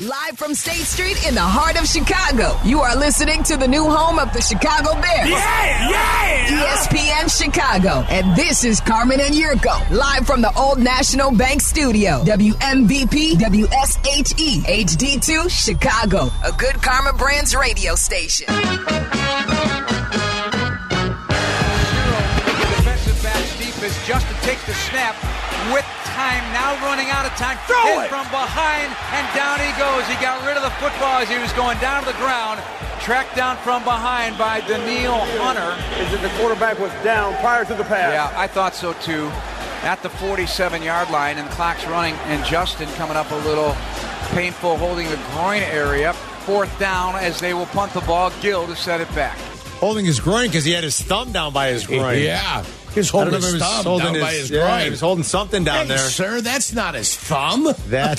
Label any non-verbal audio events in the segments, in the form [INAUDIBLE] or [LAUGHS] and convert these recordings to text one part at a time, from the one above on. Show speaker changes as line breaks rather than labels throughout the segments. Live from State Street in the heart of Chicago, you are listening to the new home of the Chicago Bears. E
Yeah, yeah.
ESPN Chicago. And this is Carmen and Yurko, live from the Old National Bank Studio. WMVP WSHE HD2 Chicago, a good Karma Brands radio station.
The defensive backs deep is just to take the snap with time now running out of time.
Throw
In
it!
from behind and down he goes. He got rid of the football as he was going down to the ground. Tracked down from behind by Daniil Hunter.
is that the quarterback was down prior to the pass.
Yeah, I thought so too. At the 47 yard line, and clock's running, and Justin coming up a little painful holding the groin area. Fourth down as they will punt the ball. Gill to set it back.
holding his groin because he had his thumb down by his groin.
Yeah.
He was holding
I don't know
his
if it was
thumb
holding
down
his-
by his
yeah,
groin.
he
He
was
was holding something down
Hey,
there.
sir, that's not his thumb.
[LAUGHS] That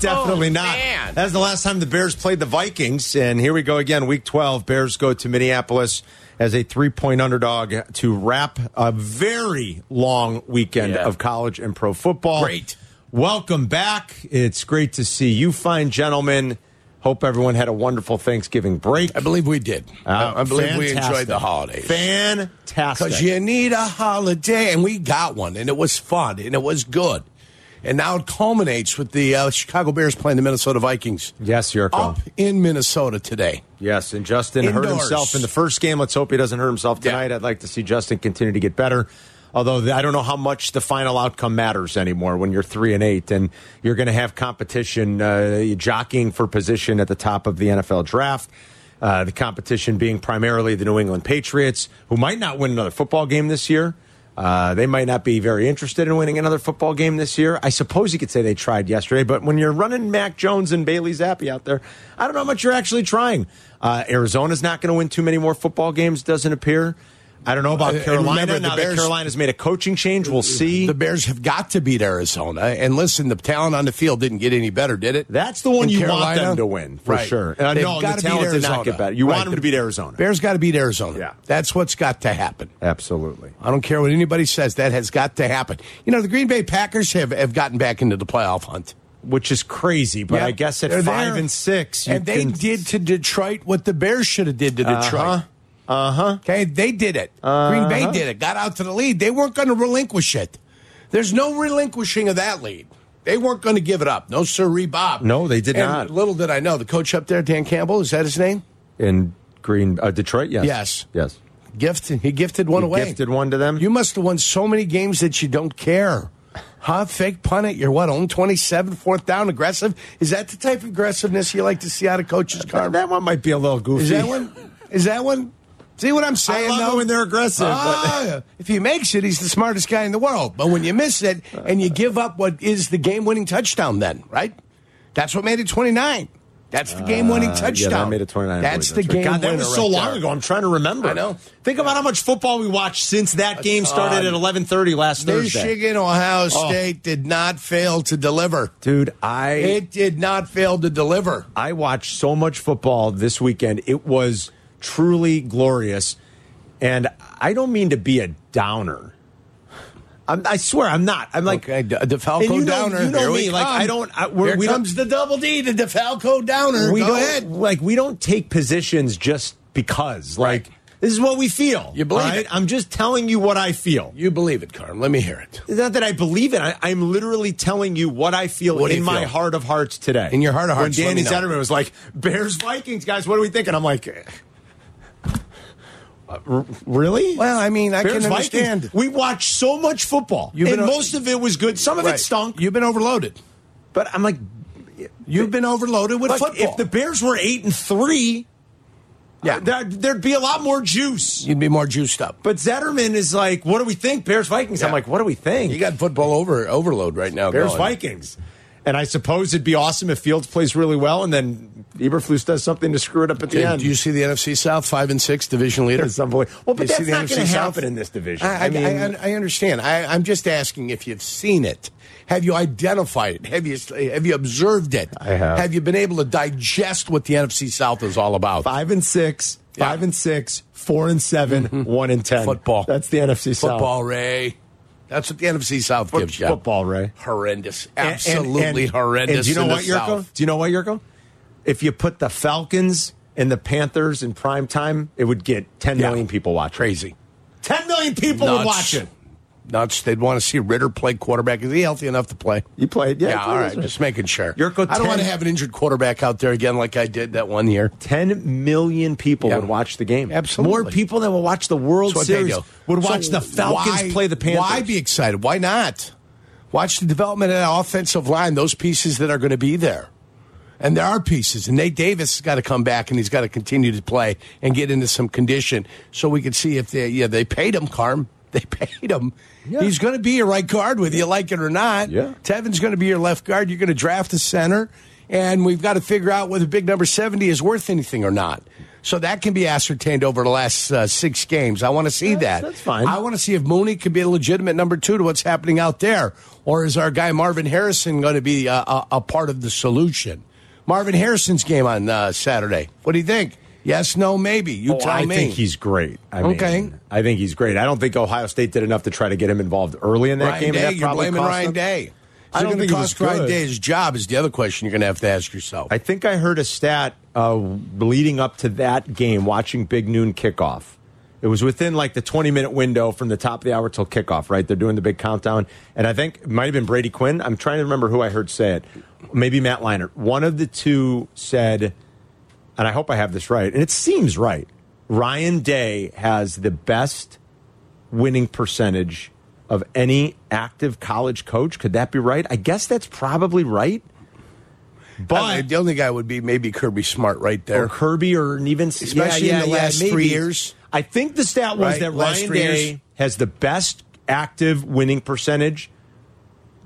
definitely not.
man.
That's the last time the Bears played the Vikings, and here we go again. Week twelve, Bears go to Minneapolis as a three-point underdog to wrap a very long weekend
Yeah.
of college and pro football.
Great.
Welcome back. It's great to see you, fine gentlemen. Hope everyone had a wonderful Thanksgiving break.
I believe we did.
Uh,
I believe we
fantastic.
enjoyed the holidays.
Fantastic.
Because you need a holiday, and we got one, and it was fun, and it was good. And now it culminates with the uh, Chicago Bears playing the Minnesota Vikings
yes, Yurko.
up in Minnesota today.
Yes, and Justin hurt
Indoors.
himself in the first game. Let's hope he doesn't hurt himself
Yeah.
tonight. I'd like to see Justin continue to get better. Although I don't know how much the final outcome matters anymore when you're three and eight and you're going to have competition uh, jockeying for position at the top of the NFL draft. Uh, the competition being primarily the New England Patriots, who might not win another football game this year. Uh, they might not be very interested in winning another football game this year. I suppose you could say they tried yesterday, but when you're running Mac Jones and Bailey Zappi out there, I don't know how much you're actually trying. Uh, Arizona's not going to win too many more football games, doesn't appear. I don't know about
Uh, And remember,
Carolina.
the
Now that
Bears-
Carolina's made a coaching change, we'll see.
The Bears have got to beat Arizona. And listen, the talent on the field didn't get any better, did it?
That's the one
In
you want
Carolina?
them to win for
Right.
sure. Uh,
They've
no, the
gotta beat
talent did
Arizona.
not get better. You
Right.
want them to beat Arizona?
Bears got to beat Arizona.
Yeah.
That's what's got to happen.
Absolutely.
I don't care what anybody says. That has got to happen. You know, the Green Bay Packers have, have gotten back into the playoff hunt.
Which is crazy, but
Yeah.
I guess at
They're
five
there.
and six, you
and they
can- Uh-huh.
did to Detroit what the Bears should have did to Detroit. Uh huh. Okay, they did it. Green
Uh-huh.
Bay did it. Got out to the lead. They weren't going to relinquish it. There's no relinquishing of that lead. They weren't going to give it up. No siree, Bob.
No, they did
And
not.
Little did I know the coach up there, Dan Campbell. Is that his name?
in Green uh, Detroit. Yes.
Yes.
Yes.
Gift. He gifted one
He
away.
gifted one to them?
You must have won so many games that you don't care. Huh? Fake punt it. You're what? Own 27, fourth down, aggressive. Is that the type of aggressiveness you like to see out of coaches, Carmen?
That one might be a little goofy.
Is that one? Is that one? See what I'm saying?
love
though?
it when they're aggressive, but-
Ah, yeah. [LAUGHS] if he makes it, he's the smartest guy in the world. But when you miss it and you give up what is the game-winning touchdown, then right? That's what made it 29. That's
[LAUGHS]
the game-winning
Uh,
touchdown.
Yeah, that made it 29. I
That's the
believe right.
game.
God, that
winner
was so
right
long
there.
ago. I'm trying to remember.
I know.
Think about how much football we watched since that game started at 11:30 last Thursday.
Michigan, Ohio State did not fail to deliver.
Dude, I
It did not fail to deliver.
I watched so much football this weekend. It was truly glorious. And I don't mean to be a downer. I'm, I swear I'm not. I'm like
okay, D-
And you
DeFalco
know-
Downer.
You know
Here
me.
we
like
come.
I don't. I,
Here
we're, we don't
comes the double D to DeFalco Downer.
we
Go
don't,
ahead.
Like we don't take positions just because. Like
Right.
this is what we feel.
You believe it.
I'm just telling you what I feel.
You believe it, Carm. Let me hear it.
It's not that I believe it. I, I'm literally telling you what I feel
What do
in
you
my
feel?
heart of hearts today.
In your heart of hearts,
when
let me
Danny
know.
Zetterman was like, "Bears Vikings, guys, what do we think?" And I'm like, eh. Uh, r- "Really?
Well, I mean, I
Bears
can
Vikings?
understand.
We watch so much football,
You've
and
been o-
most of it was good. Some of it stunk,
You've been overloaded.
but I'm like,
You've been overloaded with
look,
football.
if the Bears were eight and three,
yeah,
there'd, there'd be a lot more juice."
you'd be more juiced up.
But Zetterman is like, what do we think? Bears Vikings. I'm
Yeah.
like, what do we think?
You got football over overload right now.
Bears
going.
Vikings. And I suppose it'd be awesome if Fields plays really well and then Eberflus does something to screw it up at the
Okay,
end.
do you see the NFC South five and six division leader?
[LAUGHS] It's unbelievable. Well, but
Do you see
that's
the
not
NFC
gonna
South?
happen in this division.
I, I,
I mean-
I, I understand. I, I'm just asking if you've seen it. Have you identified it? Have you have you observed it?
I have.
Have you been able to digest what the NFC South is all about?
Five and six,
Yeah.
five and six, four and 7 one and ten.
Football.
That's the NFC South.
Football, Ray. That's what the NFC South
Foot-
gives you.
football, Ray.
Horrendous.
And- and-
Absolutely
and-
horrendous.
And do you know
in the
what, Yurko?
South.
Do you know what, Yurko? If you put the Falcons and the Panthers in prime time, it would get 10 million
Yeah.
people watching.
Crazy.
10 million people would
Nuts.
watch it.
Nuts. They'd want to see Ritter play quarterback. Is he healthy enough to play?
You played, yeah.
Yeah,
you played,
all
that's
right.
right.
Just making sure.
Yurko,
I don't
10
want to have an injured quarterback out there again like I did that one year.
10 million people
Yeah.
would watch the game.
Absolutely.
More people than would watch the World
That's what they
Series
do.
would
So
watch the Falcons
why-
play the Panthers.
Why be excited? Why not? Watch the development of that offensive line, those pieces that are going to be there. And there are pieces. And Nate Davis has got to come back and he's got to continue to play and get into some condition so we can see if they, yeah, they paid him, Carm. [LAUGHS] They paid him.
Yeah.
He's going to be your right guard, whether you like it or not.
Yeah.
Tevin's going to be your left guard. You're going to draft a center. And we've got to figure out whether big number 70 is worth anything or not. So that can be ascertained over the last uh, six games. I want to see
That's-
that.
that's fine.
I want to see if Mooney could be a legitimate number two to what's happening out there, or is our guy Marvin Harrison going to be a, a, a part of the solution? Marvin Harrison's game on uh, Saturday. What do you think? Yes, no, maybe. You
Oh,
tell
I
me.
think he's great. I
Okay.
mean, I think he's great. I don't think Ohio State did enough to try to get him involved early in that
Ryan
game. and
Day.
that
You're
probably
blaming
cost
Ryan
them.
Day.
I
Is it
don't
going to
think he was
cost Ryan
good.
Day his job? Is the other question you're going to have to ask yourself.
I think I heard a stat uh, leading up to that game, watching Big Noon kickoff. It was within like the 20 minute window from the top of the hour till kickoff, right? They're doing the big countdown. And I think it might have been Brady Quinn. I'm trying to remember who I heard say it. Maybe Matt Leinart. One of the two said, and I hope I have this right, and it seems right. Ryan Day has the best winning percentage of any active college coach. Could that be right? I guess that's probably right. But
I mean, the only guy would be maybe Kirby Smart right there.
or Oh, Kirby or even
Especially in the last
maybe.
three years.
I think the stat was
Right,
that
last
Ryan
three
Day
years.
has the best active winning percentage.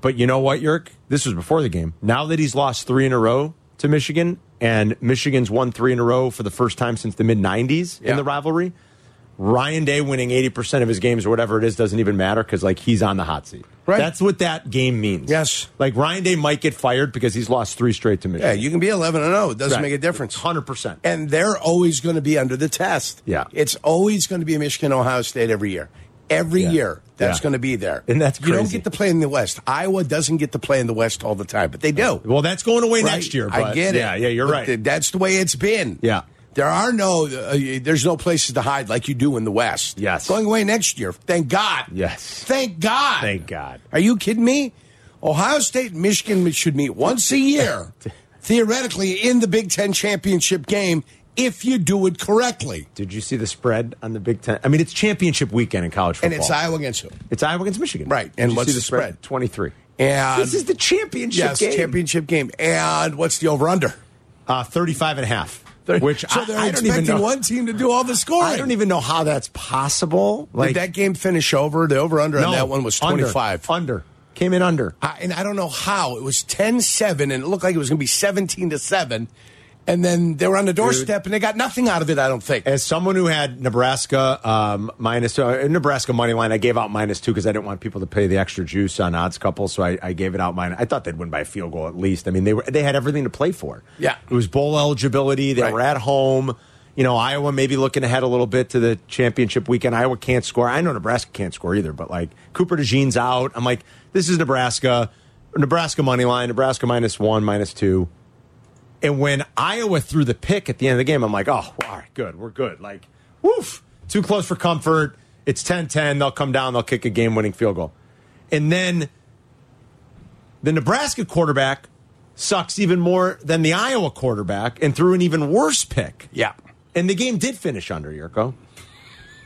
But you know what, Yerk? This was before the game. Now that he's lost three in a row to Michigan, and Michigan's won three in a row for the first time since the mid '90s
Yeah.
in the rivalry. Ryan Day winning 80% of his games or whatever it is doesn't even matter because, like, he's on the hot seat.
Right.
That's what that game means.
Yes.
Like, Ryan Day might get fired because he's lost three straight to
Yeah,
Michigan.
you can be 11 and 0. It doesn't
Right.
make a difference.
100%.
And they're always going to be under the test.
Yeah.
It's always going to be Michigan, Ohio State every year. Every
Yeah.
year, that's
Yeah.
going to be there.
And that's
You don't
crazy.
get to play in the West. Iowa doesn't get to play in the West all the time, but they do.
Well, that's going away [LAUGHS]
Right?
next year.
I
but-
get it.
Yeah, yeah, you're
But
right.
th- that's the way it's been.
Yeah.
There are no, uh, there's no places to hide like you do in the West.
Yes.
Going away next year. Thank God.
Yes.
Thank God.
Thank God.
Are you kidding me? Ohio State and Michigan should meet once
[LAUGHS]
a year, theoretically, in the Big Ten championship game if you do it correctly.
Did you see the spread on the Big Ten? I mean, it's championship weekend in college football.
And it's Iowa against who?
It's Iowa against Michigan.
Right.
Did
And
you
what's
see
the spread?
Twenty three.
And
This is the championship
yes,
game.
championship game. And what's the over under?
uh, 35 and a half. Which
so
I,
they're
I don't
expecting
even know.
one team to do all the scoring.
I don't even know how that's possible. Like
Did that game finish over? The over under
no,
on that one was
under,
25.
Under, came in under.
I, and I don't know how. It was 10 7, and it looked like it was going to be 17 to 7. And then they were on the doorstep, and they got nothing out of it, I don't think.
As someone who had Nebraska um, minus two, uh, Nebraska money line, I gave out minus two because I didn't want people to pay the extra juice on odds couple, so I, I gave it out mine. I thought they'd win by a field goal at least. I mean, they were they had everything to play for.
Yeah.
it was bowl eligibility. They
Right.
were at home. You know, Iowa maybe looking ahead a little bit to the championship weekend. Iowa can't score. I know Nebraska can't score either, but like Cooper DeJean's out. I'm like, this is Nebraska. Nebraska money line. Nebraska minus one, minus two. And when Iowa threw the pick at the end of the game, I'm like, oh, all right, good. We're good. Like, woof, too close for comfort. It's 10 10. They'll come down. They'll kick a game winning field goal. And then the Nebraska quarterback sucks even more than the Iowa quarterback and threw an even worse pick.
yeah.
And the game did finish under, Yurko.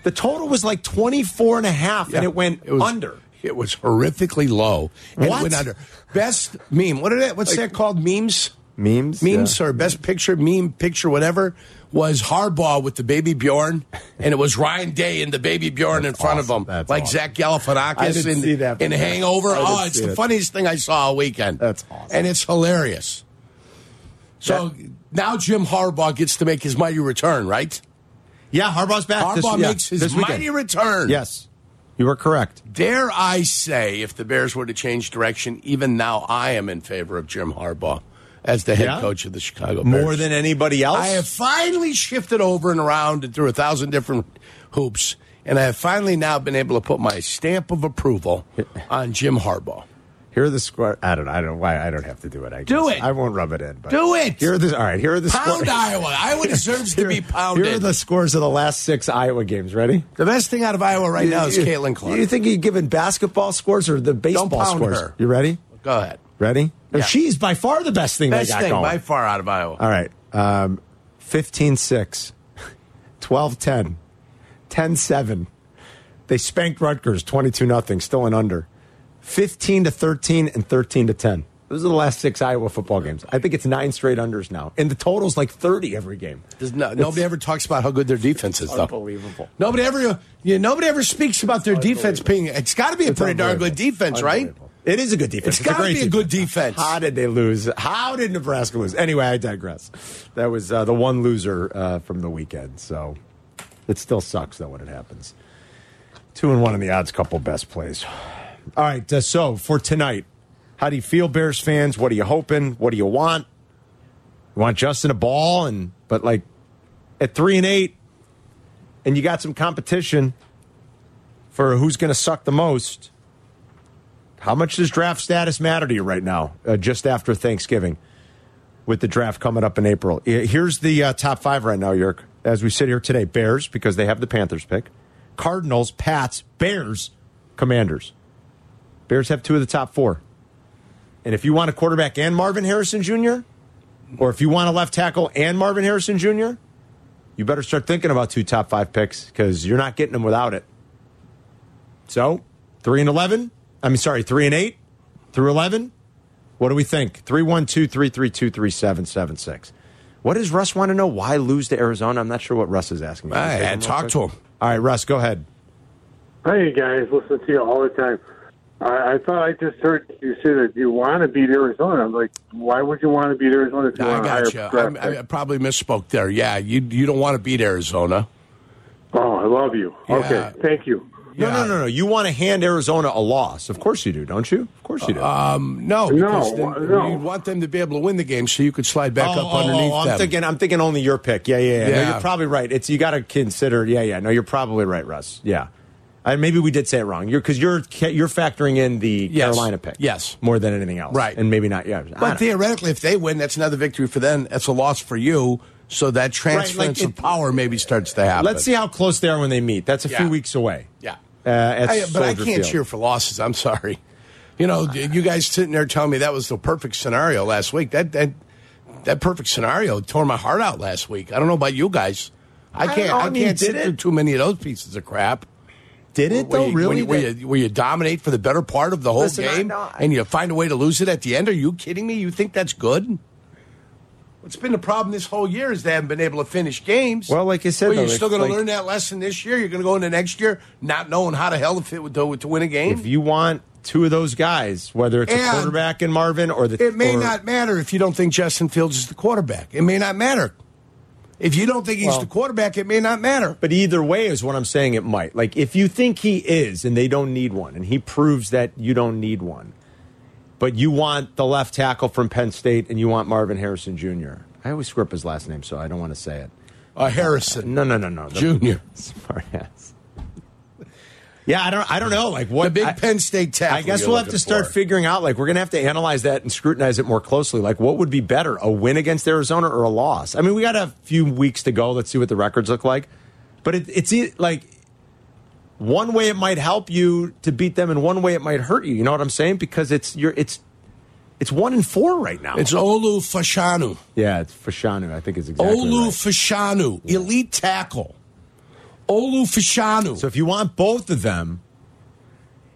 The total was like 24 and a half, and
Yeah.
it went
was-
under.
It was horrifically low. And
What?
It went under. Best meme. What are that? What's that called? Memes.
Memes?
Memes
Yeah.
or best picture meme picture whatever was Harbaugh with the baby Bjorn, and it was Ryan Day and the baby Bjorn in front
awesome.
of him,
That's
like
awesome.
Zach
I
Galifianakis
didn't
in,
see that.
in Hangover.
I didn't
Oh, it's
see
the
it.
funniest thing I saw all weekend.
That's awesome.
and it's hilarious. So now Jim Harbaugh gets to make his mighty return, right?
Yeah, Harbaugh's back.
Harbaugh
this, yeah,
makes his
this weekend.
mighty return.
Yes, you were correct.
Dare I say, if the Bears were to change direction, even now I am in favor of Jim Harbaugh as the head
Yeah?
coach of the Chicago Bears.
More than anybody else.
I have finally shifted over and around and through a thousand different hoops And I have finally now been able to put my stamp of approval on Jim Harbaugh.
Here are the score. I don't. know. I don't. Why I don't have to do it. I guess.
Do it.
I won't rub it in. But
Do it.
Here are the. All right. Here are the
Pound
scores.
Iowa. Iowa deserves to be
[LAUGHS]
pounded.
Here are the scores of the last six Iowa games. Ready?
The best thing out of Iowa right now is
You-
Caitlin Clark.
You think you're giving basketball scores or the baseball
pound
scores?
her.
You ready?
Go ahead.
Ready? No,
Yeah.
She's by far the best thing
Best
they got
thing
going.
by far out of Iowa.
All right. Um, 15 6, 12 10, 10 7. They spanked Rutgers 22 nothing, still an under. 15 to 13 and 13 to 10. Those are the last six Iowa football games. I think it's nine straight unders now. And the total's like 30 every game.
There's no, nobody ever talks about how good their defense is, though.
Unbelievable.
Nobody ever, you know, nobody ever speaks about their defense being. It's got to be a
It's
pretty darn good
unbelievable.
defense, right?
Unbelievable. It is a good defense.
It's gotta
great
be a good defense.
How did they lose? How did Nebraska lose? Anyway, I digress. That was uh, the one loser uh, from the weekend. So it still sucks though when it happens. Two and one in the odds couple best plays. All right. Uh, so for tonight, how do you feel, Bears fans? What are you hoping? What do you want? You want Justin a ball and but like at three and eight, and you got some competition for who's going to suck the most. How much does draft status matter to you right now, uh, just after Thanksgiving, with the draft coming up in April? Eh, Here's the uh, top five right now, York, as we sit here today Bears, because they have the Panthers pick, Cardinals, Pats, Bears, Commanders. Bears have two of the top four. And if you want a quarterback and Marvin Harrison Jr., or if you want a left tackle and Marvin Harrison Jr., you better start thinking about two top five picks because you're not getting them without it. So three and eleven. I mean, sorry, three and eight through eleven. What do we think? Three one two three three two three seven seven six. What does Russ want to know? Why lose to Arizona? I'm not sure what Russ is asking.
All right, talk to him.
All right, Russ, go ahead.
Hey guys, listen to you all the time. I, I thought I just heard you say that you want to beat Arizona. I'm like, why would you want to beat Arizona if you
I
want to hire
got you.
draft
I, I probably misspoke there. Yeah, you you don't want to beat Arizona.
Oh, I love you.
Yeah.
Okay, thank you.
No,
Yeah.
no, no, no. You want to hand Arizona a loss? Of course you do, don't you? Of course you do.
No, because then
no.
you want them to be able to win the game so you could slide back
Oh,
up
oh,
underneath
oh, I'm
them.
thinking. I'm thinking only your pick. Yeah, yeah, yeah. No,
Yeah.
you're probably right. It's you got to consider. Yeah, yeah. No, you're probably right, Russ. Yeah. And maybe we did say it wrong. You're because you're ca- you're factoring in the
Yes.
Carolina pick.
Yes.
More than anything else.
Right.
And maybe not. Yeah. I
but
don't know.
theoretically, if they win, that's another victory for them. That's a loss for you. So that transference
it-
of power maybe starts to happen.
let's see how close they are when they meet. That's a few
Yeah.
weeks away.
Yeah.
Uh, at
I, but I
Soldier
can't
Field.
cheer for losses. I'm sorry. You know, you guys sitting there telling me that was the perfect scenario last week. That that that perfect scenario tore my heart out last week. I don't know about you guys. I
don't
can't.
know.
I,
I mean,
can't
did
sit
it?
through too many of those pieces of crap.
Did it
Where
though?
you,
really?
Where you, where, you, where you dominate for the better part of the whole
Listen, I
game,
know-
and you find a way to lose it at the end. Are you kidding me? You think that's good? What's been the problem this whole year is they haven't been able to finish games.
Well, like I said,
Well,
though,
you're still
it's
going to
like-
learn that lesson this year. You're going to go into next year not knowing how the hell to fit with to, to win a game.
if you want two of those guys, whether it's a
And
quarterback and Marvin or the
It may
or-
not matter if you don't think Justin Fields is the quarterback. It may not matter. If you don't think he's
Well-
the quarterback, it may not matter.
But either way is what I'm saying it might. Like if you think he is and they don't need one and he proves that you don't need one. But you want the left tackle from Penn State and you want Marvin Harrison Jr. I always screw up his last name so I don't want to say it.
Uh, Harrison
No, no, no, no. The- [LAUGHS]
Jr.
Smart ass. Yeah, I don't I don't know like what
The big
I-
Penn State tackle.
I guess
you're
we'll have
looking
to start
for.
figuring out like we're going to have to analyze that and scrutinize it more closely. Like what would be better, a win against Arizona or a loss? I mean, we got a few weeks to go. Let's see what the records look like. But it, it's e- like one way it might help you to beat them and one way it might hurt you. You know what I'm saying? Because it's you're it's it's 1 and 4 right now.
It's Olu Fashanu.
yeah, it's Fashanu, I think is exactly
Olu
right.
Fashanu, elite tackle. Olu Fashanu.
So if you want both of them,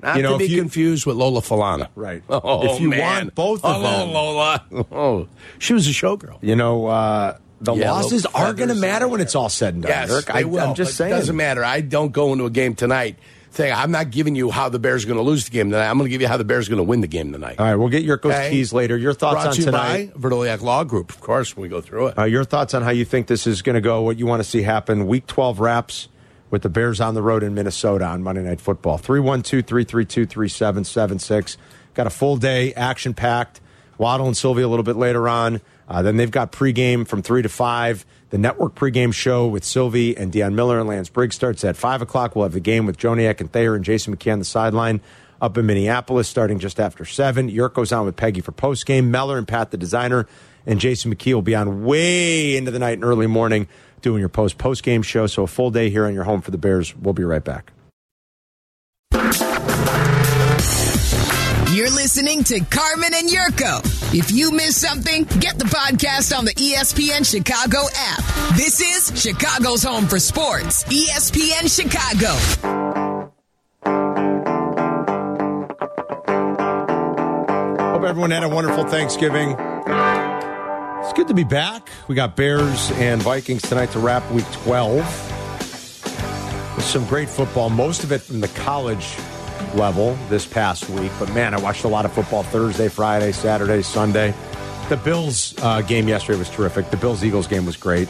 not
you know,
to be
if you-
confused with Lola Falana.
Right.
[LAUGHS] Oh,
If you
man.
want both of
Hello,
them. [LAUGHS]
Lola. Oh, she was a showgirl.
you know, uh the
Yellow
losses are going to
feathers
matter when
everywhere.
it's all said and done.
Yes,
Eric.
they
I,
will,
I'm just
but
saying.
It doesn't matter. I don't go into a game tonight saying I'm not giving you how the Bears are going to lose the game tonight. I'm going to give you how the Bears are going to win the game tonight.
All right, we'll get your
Okay?
keys later. Your thoughts
Brought
on
to you
tonight?
by Verdoliak Law Group, of course, when we go through it.
Uh, your thoughts on how you think this is going to go, what you want to see happen. Week 12 wraps with the Bears on the road in Minnesota on Monday Night Football. 312 332 3776. Got a full day, action packed. Waddle and Sylvia a little bit later on. Uh, then they've got pregame from 3 to 5. The network pregame show with Sylvie and Deion Miller and Lance Briggs starts at 5 o'clock. We'll have the game with Joniak and Thayer and Jason McKee on the sideline up in Minneapolis starting just after 7. Yurk goes on with Peggy for postgame. Meller and Pat, the designer, and Jason McKee will be on way into the night and early morning doing your post postgame show. So a full day here on your home for the Bears. We'll be right back.
You're listening to Carmen and Yurko. If you miss something, get the podcast on the E ESPN Chicago app. This is Chicago's home for sports. E ESPN Chicago.
Hope everyone had a wonderful Thanksgiving. It's good to be back. We got Bears and Vikings tonight to wrap week 12. With some great football, most of it from the college level this past week. But man, I watched a lot of football Thursday, Friday, Saturday, Sunday. The Bills uh, game yesterday was terrific. The Bills Eagles game was great.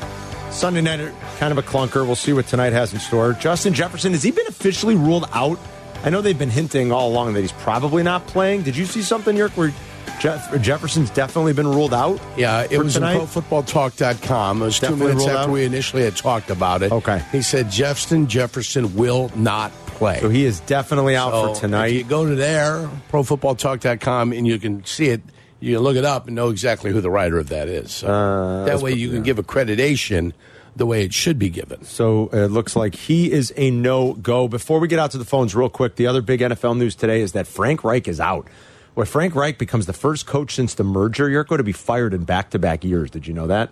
Sunday night, uh, kind of a clunker. We'll see what tonight has in store. Justin Jefferson, has he been officially ruled out? I know they've been hinting all along that he's probably not playing. Did you see something, York, where Jeff- Jefferson's definitely been ruled out?
Yeah, it
for
was
tonight?
on ProFootballTalk.com. It was two
Definitely
minutes
ruled
after
out?
we initially had talked about it.
Okay.
He said Justin Jefferson will not play.
So he is definitely out
So
for
If
tonight.
you go to there, profootballtalk.com, and you can see it. You can look it up and know exactly who the writer of that is. So
Uh,
that way you can give accreditation the way it should be given.
So it looks like he is a no go. Before we get out to the phones, real quick, the other big NFL news today is that Frank Reich is out. Where Frank Reich becomes the first coach since the merger, you're going to be fired in back to back years. Did you know that?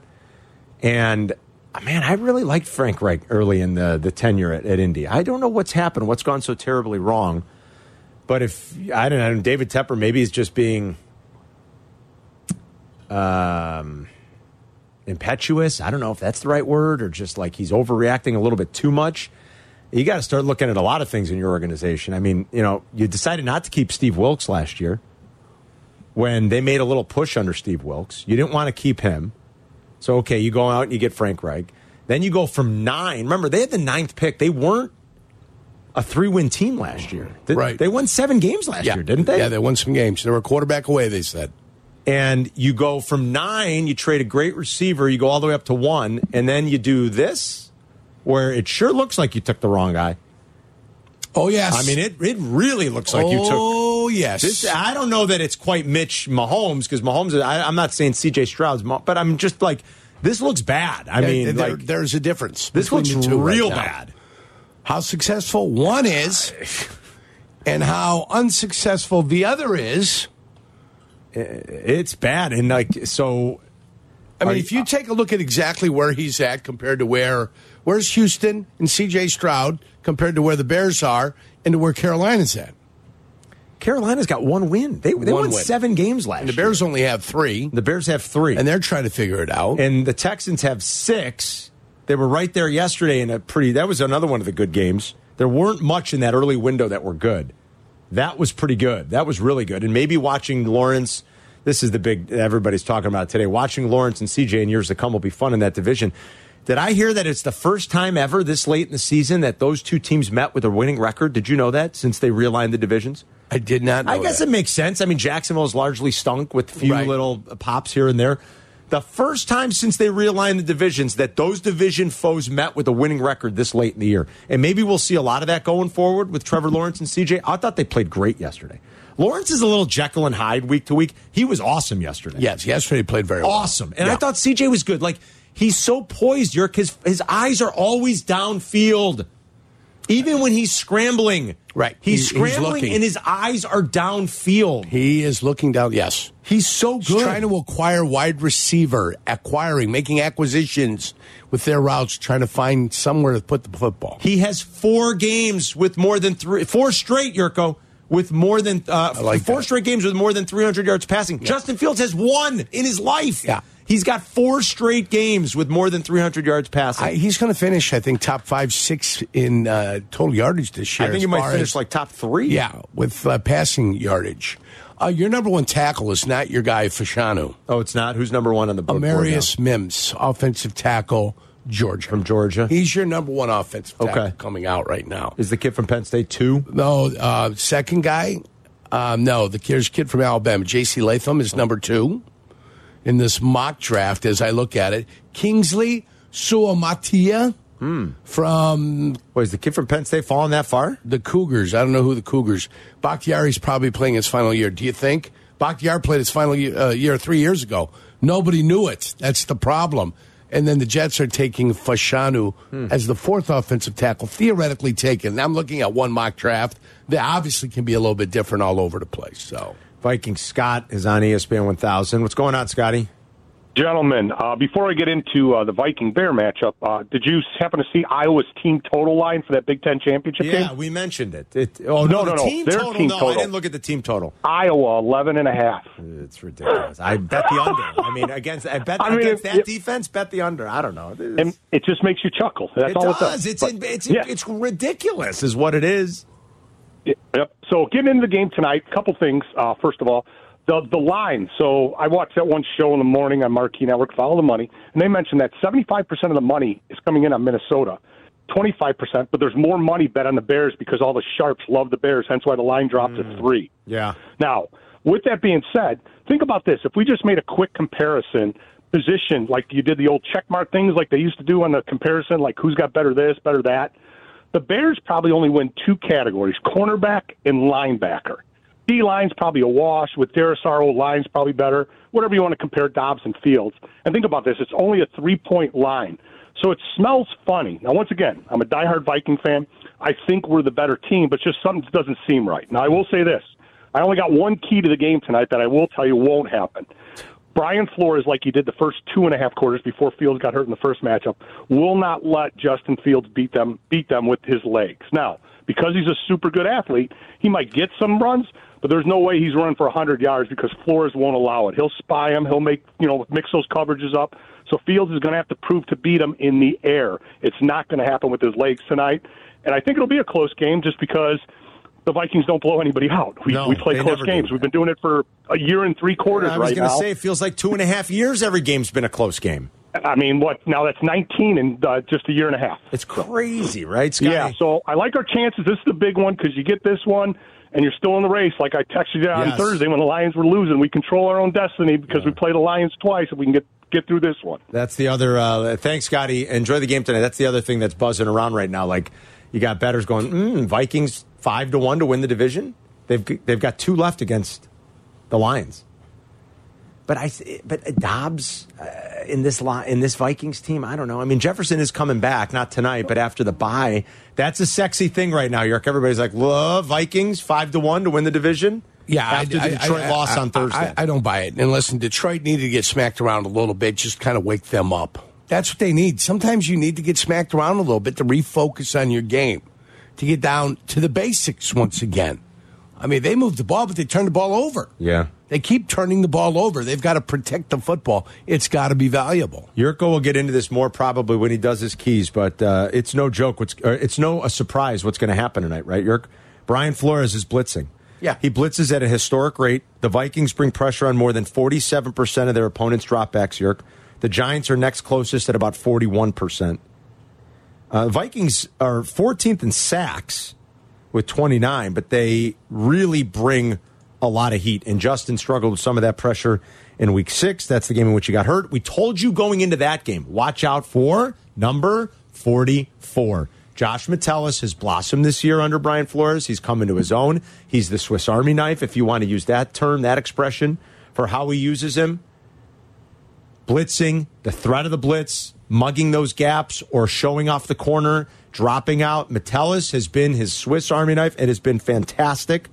And uh, man, I really liked Frank Reich early in the, the tenure at, at Indy. I don't know what's happened, what's gone so terribly wrong. But if I don't know, David Tepper maybe is just being um, impetuous. I don't know if that's the right word, or just like he's overreacting a little bit too much. You got to start looking at a lot of things in your organization. I mean, you know, you decided not to keep Steve Wilkes last year when they made a little push under Steve Wilkes. You didn't want to keep him. So okay, you go out and you get Frank Reich. Then you go from nine. Remember, they had the ninth pick. They weren't a three-win team last year. They-
Right.
They won seven games last year, didn't they?
Yeah, they won some games. They were a quarterback away, they said.
and you go from nine, you trade a great receiver, you go all the way up to one, and then you do this, where it sure looks like you took the wrong guy.
Oh, yes.
I mean, it it really looks like you took.
Oh, yes.
This, I don't know that it's quite Mitch Mahomes because Mahomes. I, I'm not saying C.J. Stroud's, mo- but I'm just like this looks bad. I
There-
mean,
there-
like
there's a difference.
this
between
looks
the two right
real
now.
bad.
How successful one is and how unsuccessful the other is.
It's bad, and like so.
I mean,
Are-
if you take a look at exactly where he's at compared to where where's Houston and CJ Stroud compared to where the Bears are and to where Carolina's at.
Carolina's got one win. They they
One
won
win.
seven games last.
And the Bears only have three,
year. The Bears have three,
and they're trying to figure it out.
and the Texans have six. They were right there yesterday in a pretty. That was another one of the good games. There weren't much in that early window that were good. That was pretty good. That was really good. And maybe watching Lawrence. This is the big everybody's talking about today. Watching Lawrence and CJ in years to come will be fun in that division. Did I hear that it's the first time ever this late in the season that those two teams met with a winning record? Did you know that since they realigned the divisions?
I did not know
I guess
that.
it makes sense. I mean, Jacksonville's largely stunk with a few
Right.
little pops here and there. The first time since they realigned the divisions that those division foes met with a winning record this late in the year. And maybe we'll see a lot of that going forward with Trevor Lawrence and CJ. I thought they played great yesterday. Lawrence is a little Jekyll and Hyde week to week. He was awesome yesterday.
Yes, yesterday he played very well.
Awesome. And I
Yeah.
thought CJ was good. Like, he's so poised, Yerk. His, his eyes are always downfield. Even when he's scrambling.
Right.
He's,
He's- he's
scrambling
looking.
and his eyes are downfield.
he is looking down. Yes.
He's so
He's trying to acquire wide receiver, acquiring, making acquisitions with their routes, trying to find somewhere to put the football.
he has four games with more than three, four straight, Yurko, with more than uh,
like
four
that.
straight games with more than 300 yards passing. Justin Fields has one in his life.
Yeah.
He's got four straight games with more than 300 yards passing.
I, he's going to finish, I think, top five, six in uh, total yardage this year.
I think
as
he might
far
finish
as-
like top three.
Yeah, with uh, passing yardage. Uh, your number one tackle is not your guy, Fashanu.
Oh, it's not. Who's number one on the board? board now?
Amarius Mims, offensive tackle, Georgia.
from Georgia.
He's your number one offensive tackle
Okay.
coming out right now.
is the kid from Penn State two?
No, uh, second guy, um, no, the there's a kid from Alabama, J.C. Latham is number two. in this mock draft as I look at it. Kingsley Suamatia
Hmm.
from
Was the kid from Penn State falling that far?
the Cougars. I don't know who the Cougars. Bakhtiari's probably playing his final year. Do you think Bakhtiari played his final year, uh, year three years ago? Nobody knew it. That's the problem. And then the Jets are taking Fashanu as the fourth offensive tackle, theoretically taken. And I'm looking at one mock draft that obviously can be a little bit different all over the place. So
Viking Scott is on E ESPN 1000. What's going on, Scotty?
Gentlemen, uh, before I get into uh, the Viking Bear matchup, uh, did you happen to see Iowa's team total line for that Big Ten championship
Yeah,
game?
we mentioned it. It- oh no,
No, no,
the
no.
team
Their
total.
team
no, I
total.
didn't look at the team total.
Iowa eleven and a half.
It's ridiculous. I bet the under. I mean, against I bet
[LAUGHS] I mean,
against
if-
that
if-
defense, bet the under. I don't know. It,
And it just makes you chuckle. That's
it
all
does.
it does.
It's
But-
in, it's
yeah.
it's ridiculous, is what it is.
Yep. So getting into the game tonight, couple things. Uh, first of all, the the line. So I watched that one show in the morning on Marquee Network, Follow the Money, and they mentioned that 75% of the money is coming in on Minnesota, 25%, but there's more money bet on the Bears because all the sharps love the Bears, hence why the line dropped to
Mm.
three.
Yeah.
Now, with that being said, think about this. If we just made a quick comparison position, like you did the old checkmark things like they used to do on the comparison, like who's got better this, better that, the Bears probably only win two categories cornerback and linebacker. D line's probably a wash, with Derisaro, line's probably better, whatever you want to compare Dobbs and Fields. And think about this it's only a three point line. So it smells funny. Now, once again, I'm a diehard Viking fan. I think we're the better team, but just something doesn't seem right. Now, I will say this I only got one key to the game tonight that I will tell you won't happen. Brian Flores, like he did the first two and a half quarters before Fields got hurt in the first matchup, will not let Justin Fields beat them beat them with his legs. Now, because he's a super good athlete, he might get some runs, but there's no way he's running for 100 yards because Flores won't allow it. He'll spy him. He'll make you know mix those coverages up. So Fields is going to have to prove to beat him in the air. It's not going to happen with his legs tonight, and I think it'll be a close game just because the Vikings don't blow anybody out. We,
No,
we play
they
close
never do
games.
that.
We've been doing it for a year and three quarters
I was
right
going to
now.
say it feels like two and a half years. Every game's been a close game.
I mean, what now? That's 19 in uh, just a year and a half.
It's crazy, right, Scotty?
Yeah, so I like our chances. This is the big one because you get this one, and you're still in the race. Like I texted you on
Yes.
Thursday when the Lions were losing, we control our own destiny because we play the Lions twice, and we can get get through this one.
That's the other. Uh, thanks, Scotty. Enjoy the game tonight. That's the other thing that's buzzing around right now. Like you got betters going. Mm, Vikings five to one to win the division. They've they've got two left against the Lions. But I but Dobbs uh, in this li- in this Vikings team. I don't know. I mean Jefferson is coming back, not tonight, but after the bye. That's a sexy thing right now, York. Everybody's like, love Vikings five to one to win the division. after the Detroit loss on Thursday.
I, I don't buy it. And listen, Detroit needed to get smacked around a little bit, just kind of wake them up. That's what they need. Sometimes you need to get smacked around a little bit to refocus on your game, to get down to the basics once again. I mean, they moved the ball, but they turned the ball over.
Yeah.
They keep turning the ball over. They've got to protect the football. It's got to be valuable.
Yurko will get into this more probably when he does his keys, but uh, it's no joke. What's or it's no a surprise what's going to happen tonight, right, Yurk? Brian Flores is blitzing.
Yeah.
he blitzes at a historic rate. The Vikings bring pressure on more than forty-seven percent of their opponents' dropbacks. Yurk, the Giants are next closest at about forty-one percent. Uh, Vikings are fourteenth in sacks with twenty-nine, but they really bring a lot of heat. And Justin struggled with some of that pressure in Week Six. That's the game in which he got hurt. We told you going into that game, watch out for number forty-four. Josh Metellus has blossomed this year under Brian Flores. He's come into his own. He's the Swiss Army knife, if you want to use that term, that expression for how he uses him blitzing, the threat of the blitz, mugging those gaps or showing off the corner, dropping out. Metellus has been his Swiss Army knife and has been fantastic.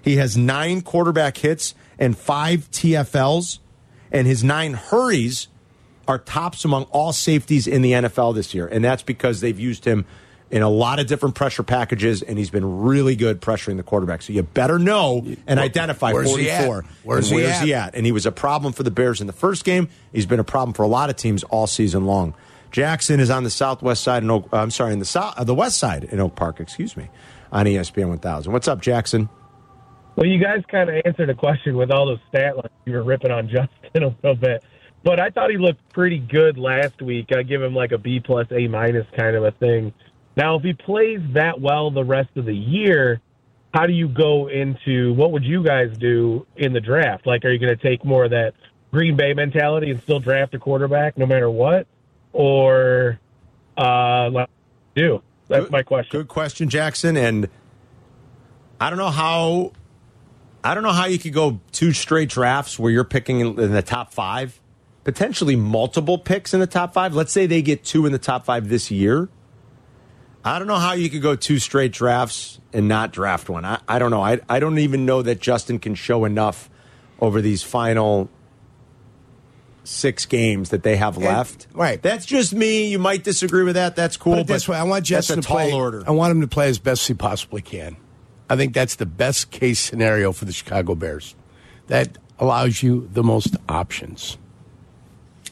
He has nine quarterback hits and five TFLs, and his nine hurries are tops among all safeties in the NFL this year. And that's because they've used him in a lot of different pressure packages, and he's been really good pressuring the quarterback. So you better know and identify
Where's he at?
44.
Where's
and
he
where's
at?
he at? And he was a problem for the Bears in the first game. He's been a problem for a lot of teams all season long. Jackson is on the southwest side in Oak, I'm sorry, in the south, uh, the west side in Oak Park, excuse me, on E ESPN 1000. What's up, Jackson?
Well, you guys kind of answered a question with all those stat lines you were ripping on [LAUGHS] Justin a little bit, but I thought he looked pretty good last week. I give him like a B plus A minus kind of a thing. Now, if he plays that well the rest of the year, how do you go into what would you guys do in the draft? Like, are you going to take more of that Green Bay mentality and still draft a quarterback no matter what, or uh, like, do? That's my question.
Good question, Jackson. And I don't know how. I don't know how you could go two straight drafts where you're picking in in the top five, potentially multiple picks in the top five. Let's say they get two in the top five this year. I don't know how you could go two straight drafts and not draft one. I, I don't know. I, I don't even know that Justin can show enough over these final six games that they have left.
right.
That's just me. You might disagree with that. That's cool.
Put it this way, I want Justin
that's a
to play.
tall order.
I want him to play as best he possibly can. I think that's the best case scenario for the Chicago Bears. That allows you the most options,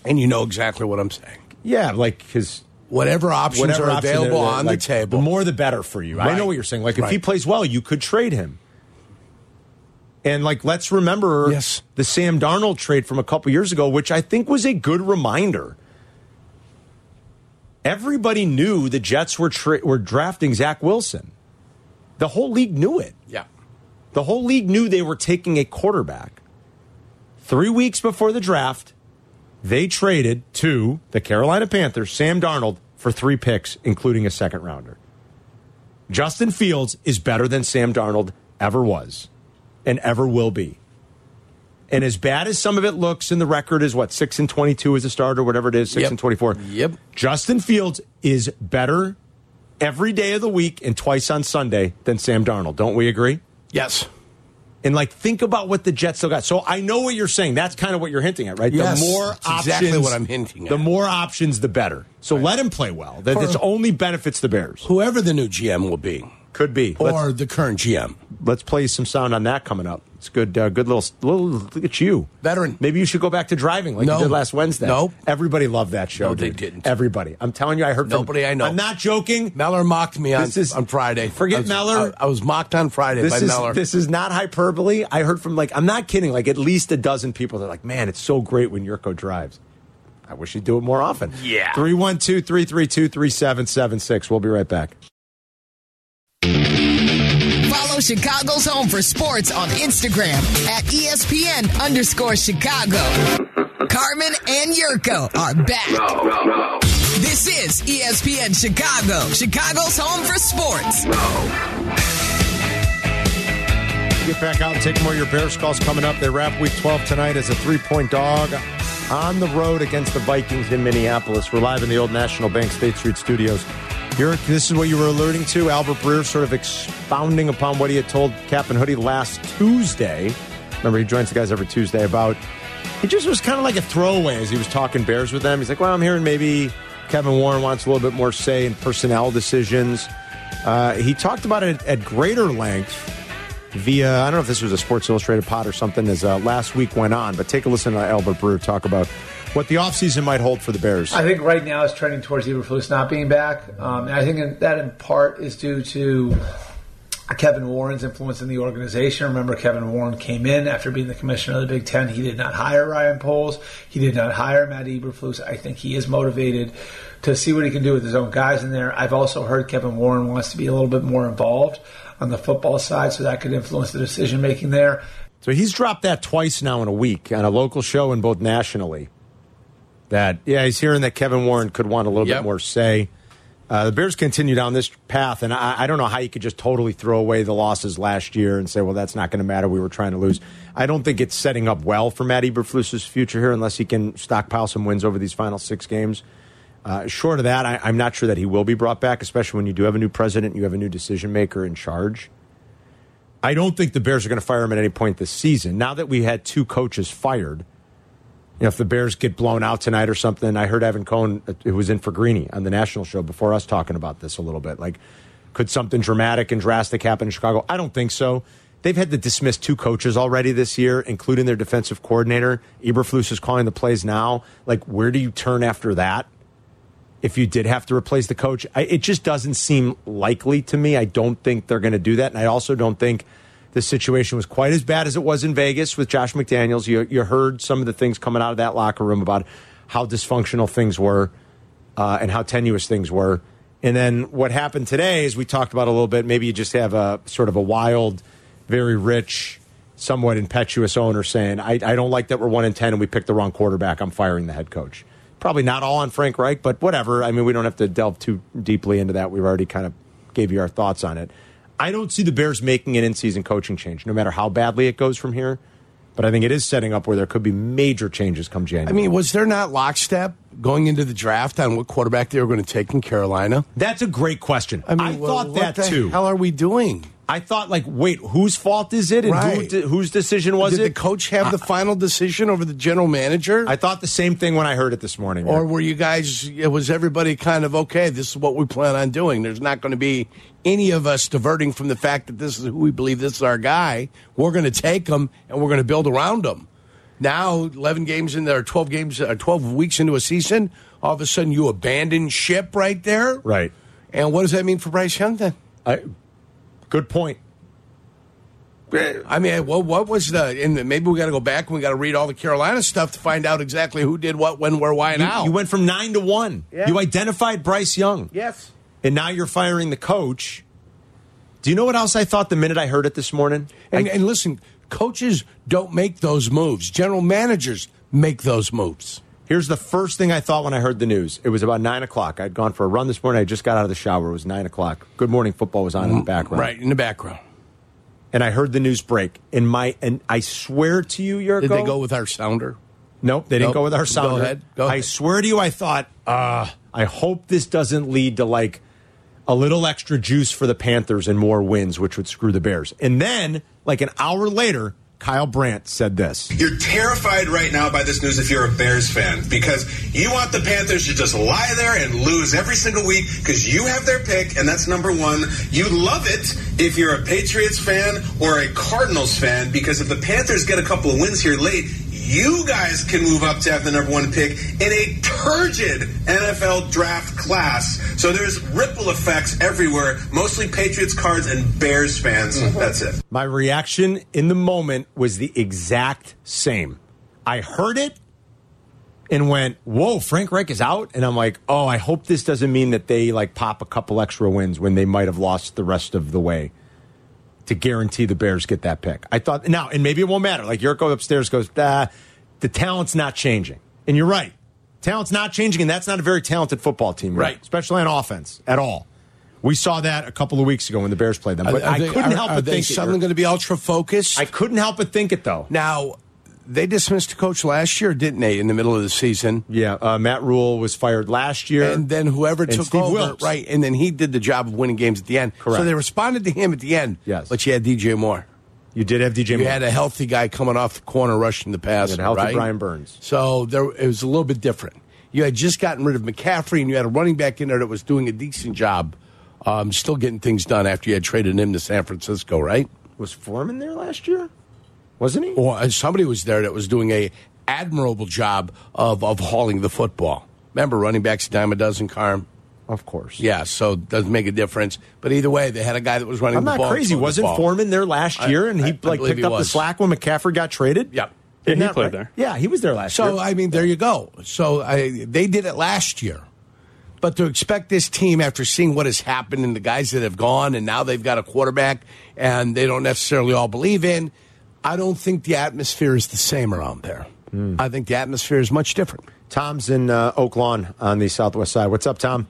and you know exactly what I'm saying.
Yeah, like his
Whatever options
whatever
are
option
available
there-
on
like,
the table,
The more the better for you. I
Right.
know what you're saying. Like if
Right.
he plays well, you could trade him. And like let's remember
Yes.
the Sam Darnold trade from a couple years ago, which I think was a good reminder. Everybody knew the Jets were tra- were drafting Zach Wilson. The whole league knew it.
yeah,
The whole league knew they were taking a quarterback. Three weeks before the draft, they traded to the Carolina Panthers, Sam Darnold, for three picks, including a second rounder. Justin Fields is better than Sam Darnold ever was and ever will be. And as bad as some of it looks, and the record is what, 6 and 22 as a starter, whatever it is, 6
Yep.
and 24.
Yep.
Justin Fields is better every day of the week and twice on Sunday than Sam Darnold. Don't we agree?
yes,
and like think about what the Jets still got. So I know what you're saying. That's kind of what you're hinting at, right?
Yes,
the more
that's
options,
exactly what I'm hinting
The
at.
more options, the better. So let him play well. That
For-
it's only benefits the Bears.
whoever the new GM will be,
Could be. Let's,
or the current GM,
let's play some sound on that coming up. It's good. Uh, good little little. Look at you,
Veteran.
Maybe you should go back to driving like
No.
you did last Wednesday.
No.
everybody loved that show.
No, they
dude.
didn't.
Everybody. I'm telling you, I heard from-
Nobody I know.
I'm not joking.
Meller mocked me on
This is-
on Friday.
forget
I was-
Meller.
I, I was mocked on Friday
This
by
is
Meller.
this is not hyperbole. I heard from like I'm not kidding. Like at least a dozen people. They're like, man, it's so great when Yurko drives. I wish he'd do it more often. Yeah. 312 332 3776. We'll be right back.
Follow Chicago's Home for Sports on Instagram at E ESPN underscore Chicago. Carmen and Yurko are back. This is E ESPN Chicago, Chicago's Home for Sports.
Get back out and take more of your Bears calls coming up. They wrap week 12 tonight as a three point dog on the road against the Vikings in Minneapolis. We're live in the old National Bank State Street studios. Yurk, this is what you were alluding to. Albert Breer sort of expounding upon what he had told Cap and Hoodie last Tuesday. Remember, he joins the guys every Tuesday about it just was kind of like a throwaway as he was talking Bears with them. He's like, well, I'm hearing maybe Kevin Warren wants a little bit more say in personnel decisions. Uh, he talked about it at greater length via, I don't know if this was a Sports Illustrated pod or something as uh, last week went on, but take a listen to Albert Brewer talk about what the offseason might hold for the Bears.
I think right now it's trending towards Eberflus not being back. Um, and I think that in part is due to Kevin Warren's influence in the organization. Remember, Kevin Warren came in after being the commissioner of the Big Ten. He did not hire Ryan Poles. He did not hire Matt Eberflus. I think he is motivated to see what he can do with his own guys in there. I've also heard Kevin Warren wants to be a little bit more involved on the football side, so that could influence the decision making there.
So he's dropped that twice now in a week on a local show and both nationally. That yeah, he's hearing that Kevin Warren could want a little bit
Yep.
more say. Uh, the Bears continue down this path, and I, I don't know how you could just totally throw away the losses last year and say, "Well, that's not going to matter. We were trying to lose." I don't think it's setting up well for Matt Eberflus's future here, unless he can stockpile some wins over these final six games. Uh, short of that, I, I'm not sure that he will be brought back, especially when you do have a new president, you have a new decision maker in charge. I don't think the Bears are going to fire him at any point this season. Now that we had two coaches fired, you know, if the Bears get blown out tonight or something, I heard Evan Cohen, uh, who was in for Greeny on the national show before us, talking about this a little bit. Like, could something dramatic and drastic happen in Chicago? I don't think so. They've had to dismiss two coaches already this year, including their defensive coordinator. Eberflus is calling the plays now. Like, where do you turn after that? if you did have to replace the coach. I, it just doesn't seem likely to me. I don't think they're going to do that. And I also don't think the situation was quite as bad as it was in Vegas with Josh McDaniels. You, you heard some of the things coming out of that locker room about how dysfunctional things were uh, and how tenuous things were. And then what happened today is we talked about a little bit. Maybe you just have a sort of a wild, very rich somewhat impetuous owner saying, I, I don't like that we're one in 10 and we picked the wrong quarterback. I'm firing the head coach. Probably not all on Frank Reich, but whatever. I mean, we don't have to delve too deeply into that. We've already kind of gave you our thoughts on it. I don't see the Bears making an in season coaching change, no matter how badly it goes from here. But I think it is setting up where there could be major changes come January.
I mean, was there not lockstep going into the draft on what quarterback they were going to take in Carolina?
That's a great question. I,
mean, well,
thought
what
that
the
too.
hell are we doing?
I thought like, wait, whose fault is it, and who
Right.
de- whose decision was
Did
it?
the coach have the final decision over the general manager?
I thought the same thing when I heard it this morning.
or were you guys, it was everybody kind of okay, this is what we plan on doing? There's not going to be any of us diverting from the fact that this is who we believe this is our guy. We're going to take him and we're going to build around him. Now, 11 games in there, 12 games, uh, 12 weeks into a season, all of a sudden you abandon ship right there.
right.
And what does that mean for Bryce Young then?
I, good point.
I mean, what, what was the? And maybe we got to go back and we got to read all the Carolina stuff to find out exactly who did what, when, where, why, and
You,
how.
you went from nine to one.
Yeah.
You identified Bryce Young,
Yes.
and now you're firing the coach. Do you know what else I thought the minute I heard it this morning?
and, and listen, coaches don't make those moves. General managers make those moves.
Here's the first thing I thought when I heard the news. It was about nine o'clock. I'd gone for a run this morning. I just got out of the shower. It was nine o'clock. Good morning football was on in the background.
Mm, Right in the background.
And I heard the news break. And my and I swear to you, Yurko.
Did they go with our sounder?
Nope, they didn't
Nope.
go with our
Go
sounder.
ahead. Go
I
ahead.
swear to you, I thought, uh, I hope this doesn't lead to like a little extra juice for the Panthers and more wins, which would screw the Bears. And then, like an hour later, Kyle Brandt said this.
You're terrified right now by this news if you're a Bears fan because you want the Panthers to just lie there and lose every single week because you have their pick and that's number one. You love it if you're a Patriots fan or a Cardinals fan because if the Panthers get a couple of wins here late, you guys can move up to have the number one pick in a turgid NFL draft class. So there's ripple effects everywhere, mostly Patriots cards and Bears fans. That's it.
My reaction in the moment was the exact same. I heard it and went, "Whoa, Frank Reich is out," and I'm like, "Oh, I hope this doesn't mean that they like pop a couple extra wins when they might have lost the rest of the way." To guarantee the Bears get that pick, I thought now, and maybe it won't matter. Like Yurko upstairs goes, ah, the talent's not changing, and you're right, talent's not changing, and that's not a very talented football team,
Right.
Especially on offense at all. We saw that a couple of weeks ago when the Bears played them, but I couldn't help
are
but
they
think it,
suddenly
Yurko.
going to be ultra focused.
I couldn't help but think it though.
now they dismissed the coach last year, didn't they? In the middle of the season,
Yeah, uh, Matt Rule was fired last year,
and then whoever
And
took
Steve
over,
Wilks.
right? And then he did the job of winning games at the end.
Correct.
So they responded to him at the end.
Yes.
but you had DJ Moore.
you did have DJ.
You
Moore.
had a healthy guy coming off the corner rushing the pass.
You had a healthy
right?
Brian Burns.
So there, it was a little bit different. You had just gotten rid of McCaffrey, and you had a running back in there that was doing a decent job, um, still getting things done after you had traded him to San Francisco, right?
was Foreman there last year? Wasn't he?
Or uh, somebody was there that was doing a admirable job of of hauling the football. Remember, running backs a dime a dozen, Carm.
Of course.
Yeah, so it doesn't make a difference. But either way, they had a guy that was running
I'm
the
not
ball. and
crazy.
throwing the
Wasn't
ball.
Foreman there last
I-
year, and he
I- I
like
believe
picked
he
up the
was.
slack when McCaffrey got traded?
Yeah.
Isn't
Yeah, he
that
played
right?
there.
Yeah, he was there uh, last year.
So I mean, there you go. So I, they did it last year, but to expect this team after seeing what has happened and the guys that have gone, and now they've got a quarterback, and they don't necessarily all believe in. I don't think the atmosphere is the same around there. I think the atmosphere is much different.
Tom's in uh, Oak Lawn on the southwest side. What's up, Tom?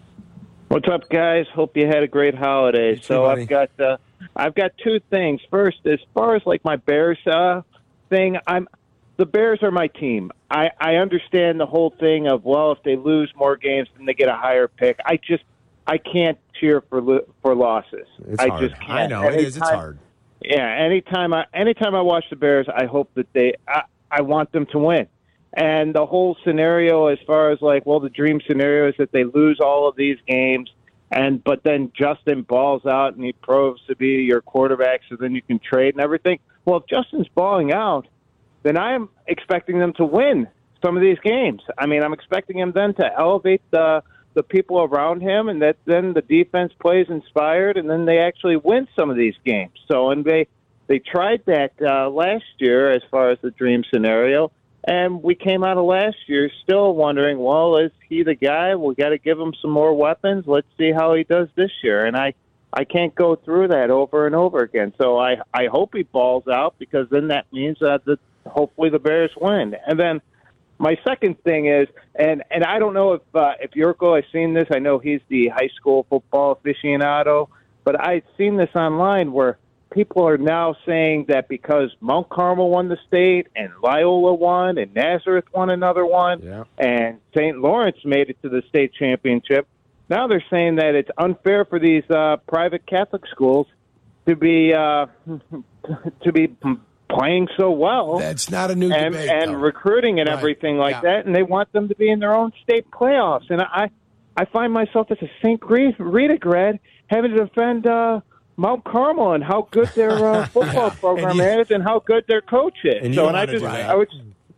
What's up, guys? Hope you had a great holiday. so
buddy.
I've got uh, I've got two things. First, as far as like my Bears uh, thing, I'm the Bears are my team. I I understand the whole thing of well, if they lose more games, then they get a higher pick. I just I can't cheer for lo- for losses.
It's
I
hard.
just can't.
I know it is. It's
Anytime-
hard.
yeah, anytime I anytime I watch the Bears, I hope that they I, I want them to win. And the whole scenario as far as like, well, the dream scenario is that they lose all of these games and but then Justin balls out and he proves to be your quarterback so then you can trade and everything. Well, if Justin's balling out, then I am expecting them to win some of these games. I mean, I'm expecting him then to elevate the the people around him, and that then the defense plays inspired, and then they actually win some of these games. So, and they they tried that uh, last year as far as the dream scenario, and we came out of last year still wondering, well, is he the guy? We got to give him some more weapons. Let's see how he does this year. And I I can't go through that over and over again. So I I hope he balls out because then that means that the, hopefully the Bears win. And then my second thing is, and and I don't know if uh, if Yurko has seen this. I know he's the high school football aficionado, but I've seen this online where people are now saying that because Mount Carmel won the state and Loyola won and Nazareth won another one and St. Lawrence made it to the state championship, now they're saying that it's unfair for these uh, private Catholic schools to be uh, [LAUGHS] to be playing so well.
That's not a new
and,
debate, though.
and recruiting and everything like that, and they want them to be in their own state playoffs. And I, I find myself as a St. Gre- Rita grad having to defend uh, Mount Carmel and how good their
[LAUGHS]
uh, football program is and how good their coach is.
And you
so,
don't
and I
wanna
just,
do that.
I would,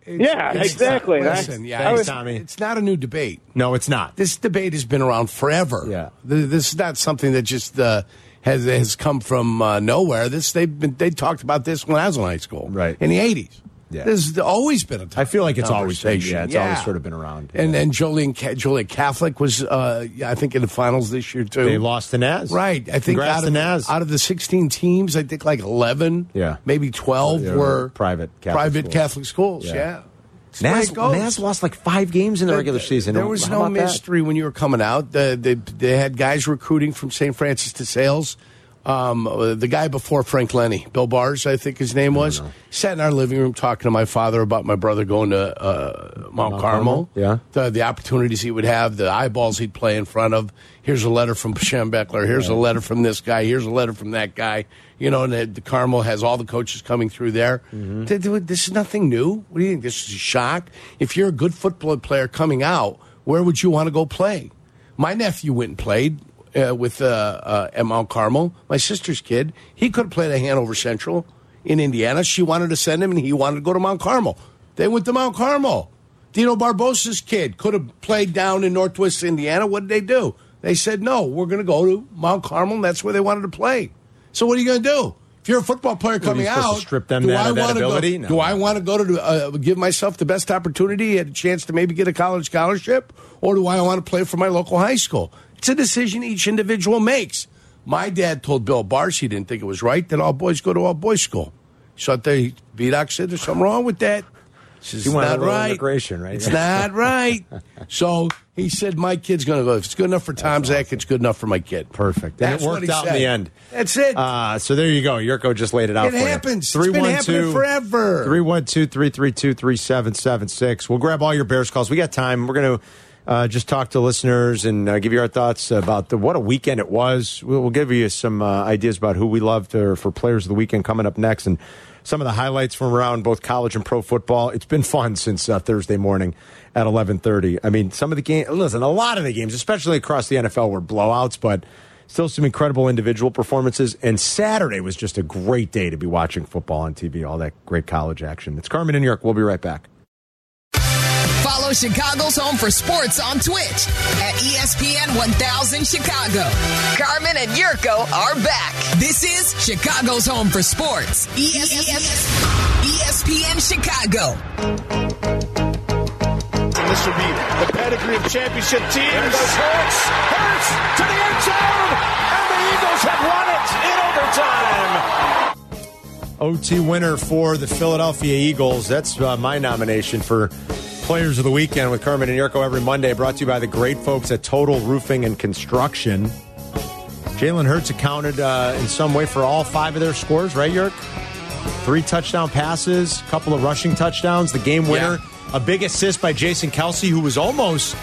yeah,
It's-
exactly. And I-
Listen, yeah,
I
it's,
was-
it's not a new debate.
No, it's not.
This debate has been around forever. Yeah, this is not something that just uh, has has come from uh, nowhere. This they've been they talked about this when I was in high school, right in the eighties.
Yeah.
This has always been a topic. I feel
like it's always been- yeah, it's always sort of been around.
And and Joliet Ca- Joliet Catholic was uh, I think in the finals this year too.
They lost to Naz.
right? I think
Congrats
out
to
of
Naz.
out of the sixteen teams, I think like eleven,
Yeah.
maybe twelve
Yeah,
were
private Catholic
private
schools.
Catholic schools.
Yeah.
Yeah. oh, That's
Naz,
the way it goes.
Naz lost like five games in the
There-
regular season.
There was
How
no
about that?
mystery when you were coming out. The, they they had guys recruiting from St. Francis to Sales. Um, uh, the guy before Frank Lenny, Bill Bars, I think his name was, sat in our living room talking to my father about my brother going to uh, Mount,
Mount
Carmel.
Carmel, yeah.
The, the opportunities he would have, the eyeballs he'd play in front of. Here's a letter from Beckler. Here's a letter from this guy. Here's a letter from that guy. You know, and the, the Carmel has all the coaches coming through there. Th- th- This is nothing new. What do you think? This is a shock. If you're a good football player coming out, where would you want to go play? My nephew went and played uh, with uh, uh, at Mount Carmel. My sister's kid, he could have played at Hanover Central in Indiana. She wanted to send him, and he wanted to go to Mount Carmel. They went to Mount Carmel. Dino Barbosa's kid could have played down in Northwest Indiana. What did they do? They said, no, we're going to go to Mount Carmel, and that's where they wanted to play. So what are you going to do? If you're a football player
are you
coming
supposed to
out,
strip them
do
down
I
of that
wanna
ability?
Go,
No.
Do I want to go to uh, give myself the best opportunity, a chance to maybe get a college scholarship, or do I want to play for my local high school? It's a decision each individual makes. My dad told Bill Bars he didn't think it was right that all boys go to all boys school. So I think Vidoc said there's something wrong with that. This is
You want a
not
little
right.
integration, right? [LAUGHS]
It's not right. So he said, "My kid's going to go. If it's good enough for Tom Zach, it's good enough for my kid."
Perfect. And
That's
it
what
worked
he
out in
said.
the end.
That's it.
Uh, so there you go. Yurko just laid it out
It
for you.
happens. It's been happening forever.
312 332 3776. We'll grab all your Bears calls. We got time. We're going to uh, just talk to listeners and uh, give you our thoughts about the, what a weekend it was. We'll, we'll give you some uh, ideas about who we loved or for players of the weekend coming up next and some of the highlights from around both college and pro football. It's been fun since uh, Thursday morning at 11:30. I mean, some of the games, listen, a lot of the games, especially across the NFL were blowouts, but Still, some incredible individual performances. And Saturday was just a great day to be watching football on TV, all that great college action. It's Carmen in New York. We'll be right back.
Follow Chicago's Home for Sports on Twitch at E ESPN 1000 Chicago. Carmen and Yurko are back. This is Chicago's Home for Sports. E ESPN Chicago.
And this would be the pedigree of championship teams. Hurts, Hurts to the end zone, and the Eagles have won it in overtime.
OT winner for the Philadelphia Eagles. That's uh, my nomination for Players of the Weekend with Carmen and Yurko every Monday, brought to you by the great folks at Total Roofing and Construction. Jalen Hurts accounted uh, in some way for all five of their scores, right, Yurk? Three touchdown passes, a couple of rushing touchdowns, the game winner, a big assist by Jason Kelsey, who was almost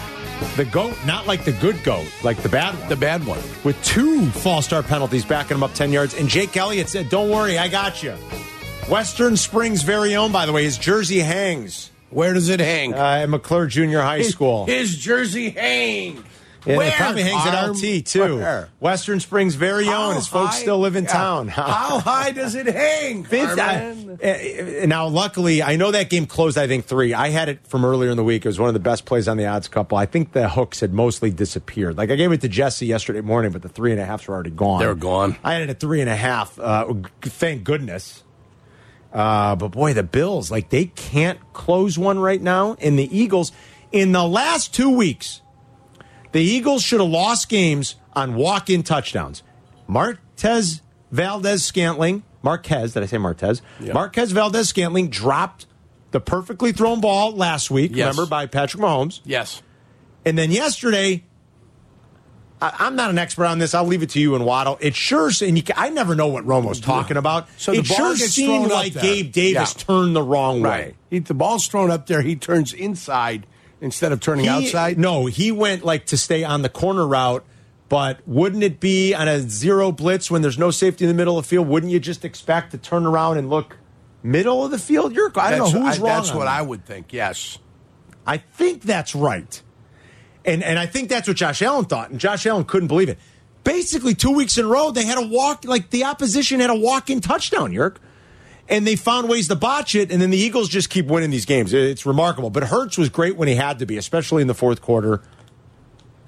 the GOAT, not like the good GOAT, like the bad one. The
bad one.
With two false start penalties backing him up 10 yards. And Jake Elliott said, Don't worry, I got you. Western Springs' very own, by the way. His jersey hangs.
Where does it hang?
Uh, at McClure Junior High School.
His jersey hang.
And
Where?
it probably hangs
Carm?
at LT, too.
Where?
Western Springs' very own. His folks
high?
still live in
Yeah.
town. [LAUGHS]
Oh, How high does it hang?
Fifth, I,
Carmen?
uh, now, luckily, I know that game closed, I think, three. I had it from earlier in the week. It was one of the best plays on the odds couple. I think the hooks had mostly disappeared. Like, I gave it to Jesse yesterday morning, but the three and a halfs were already gone.
They were gone.
I had it at three and a half. Uh, thank goodness. Uh, but boy, the Bills, like, they can't close one right now. And the Eagles, in the last two weeks, the Eagles should have lost games on walk in touchdowns. Martez Valdez Scantling, Marquez, did I say Martez? Marquez Valdez Scantling dropped the perfectly thrown ball last week,
Yes.
remember, by Patrick Mahomes.
Yes.
And then yesterday, I, I'm not an expert on this. I'll leave it to you and Waddle. It sure, se- and you, ca- I never know what Romo's talking about.
So
it
the ball
sure
gets
seemed
thrown up
like
there.
Gabe Davis
Yeah.
turned the wrong way.
Right. He, the ball's thrown up there. He turns inside instead of turning
He-
outside.
No, he went like to stay on the corner route. But wouldn't it be on a zero blitz when there's no safety in the middle of the field? Wouldn't you just expect to turn around and look middle of the field? You're, I don't
That's-
know who's wrong.
That's
on
what
that.
I would think. Yes.
I think that's right. And and I think that's what Josh Allen thought. And Josh Allen couldn't believe it. Basically, two weeks in a row, they had a walk, like the opposition had a walk in touchdown, Yerk. And they found ways to botch it, and then the Eagles just keep winning these games. It- It's remarkable. But Hertz was great when he had to be, especially in the fourth quarter.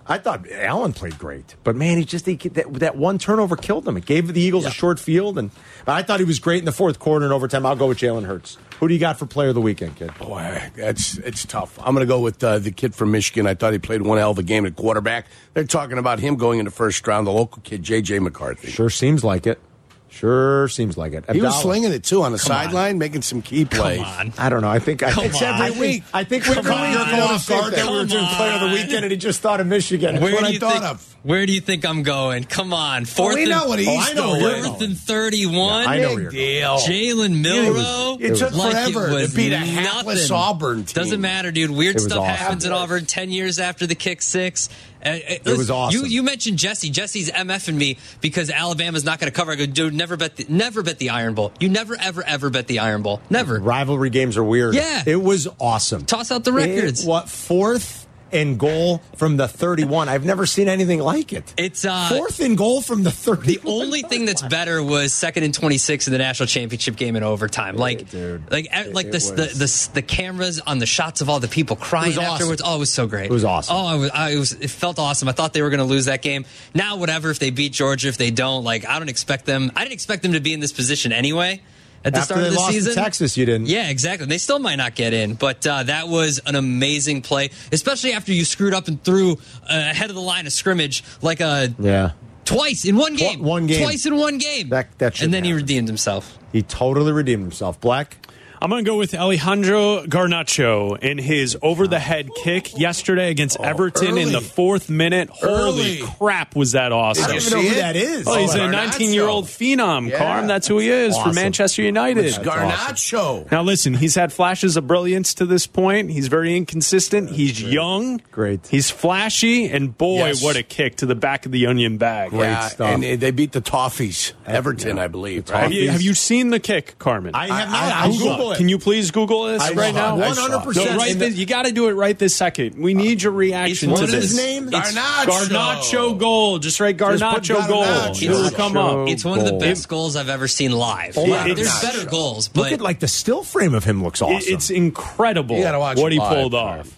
I thought Allen played great, but man, he just he, that, that one turnover killed him. It gave the Eagles a short field, and but I thought he was great in the fourth quarter and overtime. I'll go with Jalen Hurts. Who do you got for player of the weekend, kid?
Boy, that's it's tough. I'm going to go with uh, the kid from Michigan. I thought he played one hell of a game at quarterback. They're talking about him going in the first round. The local kid, J.J. McCarthy.
Sure seems like it. Sure seems like it.
He was
Abdallah.
slinging it too on the sideline, making some key plays.
I don't know. I think I
Come
it's
on.
every
I think-
week. I think we
Come
were
on.
you're going off
Come
guard that we were doing player of the weekend, and he just thought of Michigan. That's what
do
I
you
thought
think,
of. Oh,
Where do you think I'm going? Come on, fourth.
we
and, Oh,
know what he's
fourth
doing.
Fourth and thirty-one.
Yeah, I know where you're Big
deal.
Jalen
It was-
Milrow.
it took
like
forever to
it was
beat a hapless
nothing.
Auburn team.
Doesn't matter, dude. Weird
It was
stuff
awesome.
happens at Auburn ten years after the kick six. Uh, uh,
was
listen,
awesome.
You you mentioned Jesse. Jesse's mfing me because Alabama's not going to cover. I go, dude. Never bet. The, never bet the Iron Bowl. You never ever ever bet the Iron Bowl. Never.
Rivalry games are weird.
Yeah.
It was awesome.
Toss out the records.
It- what fourth and goal from the 31? I've never seen anything like it.
It's uh,
Fourth and goal from the 31.
The only thing that's better was second and twenty six in the national championship game in overtime. Like, like, eh, like
it
this, the,
was-
the the cameras on the shots of all the people crying
awesome.
afterwards. Oh, it was so great.
It was awesome.
Oh, I was, I was, it felt awesome. I thought they were going to lose that game. Now, whatever. If they beat Georgia, if they don't, like, I don't expect them. I didn't expect them to be in this position anyway. At the
After
start
they
of the
lost to
season,
Texas, you didn't.
Yeah, exactly. They still might not get in, but uh, that was an amazing play, especially after you screwed up and threw uh, ahead of the line of scrimmage like a
Yeah.
Twice in one game.
one game.
Twice in one game.
That, that
and
shouldn't
then he
happen.
redeemed himself.
He totally redeemed himself. Black?
I'm going to go with Alejandro Garnacho in his over the head kick yesterday against Everton in the fourth minute.
Oh, Early.
Holy crap, was that awesome!
Did you I don't even see know who it? that is.
Oh, he's
Oh,
a 19 year old phenom,
Yeah.
Carm. That's who he is
Awesome.
for Manchester United.
It's Garnacho.
Now, listen, he's had flashes of brilliance to this point. He's very inconsistent. he's young. Great. He's flashy. And boy,
Yes.
what a kick to the back of the onion bag.
Yeah, And they- they beat the Toffees, Everton, I believe. right?
Have you, have you seen the kick, Carmen?
I have not. I'll Google it.
Can you please Google this
I
right
saw
now?
it. I saw it. 100%
No, right
in the-
this- you got to do it right this second. We need your reaction
It's-
to
what is his
this.
name?
It's
Garnacho.
Garnacho goal. Just write
Just
Garnacho
put
goal.
Garnacho.
It will come up.
It's one of the best goals I've ever seen live.
Oh,
Yeah,
it's-
there's better goals,
Look
but
at like the still frame of him looks awesome.
It- It's incredible
You gotta watch
what
it
he
live,
pulled
Carmen.
off.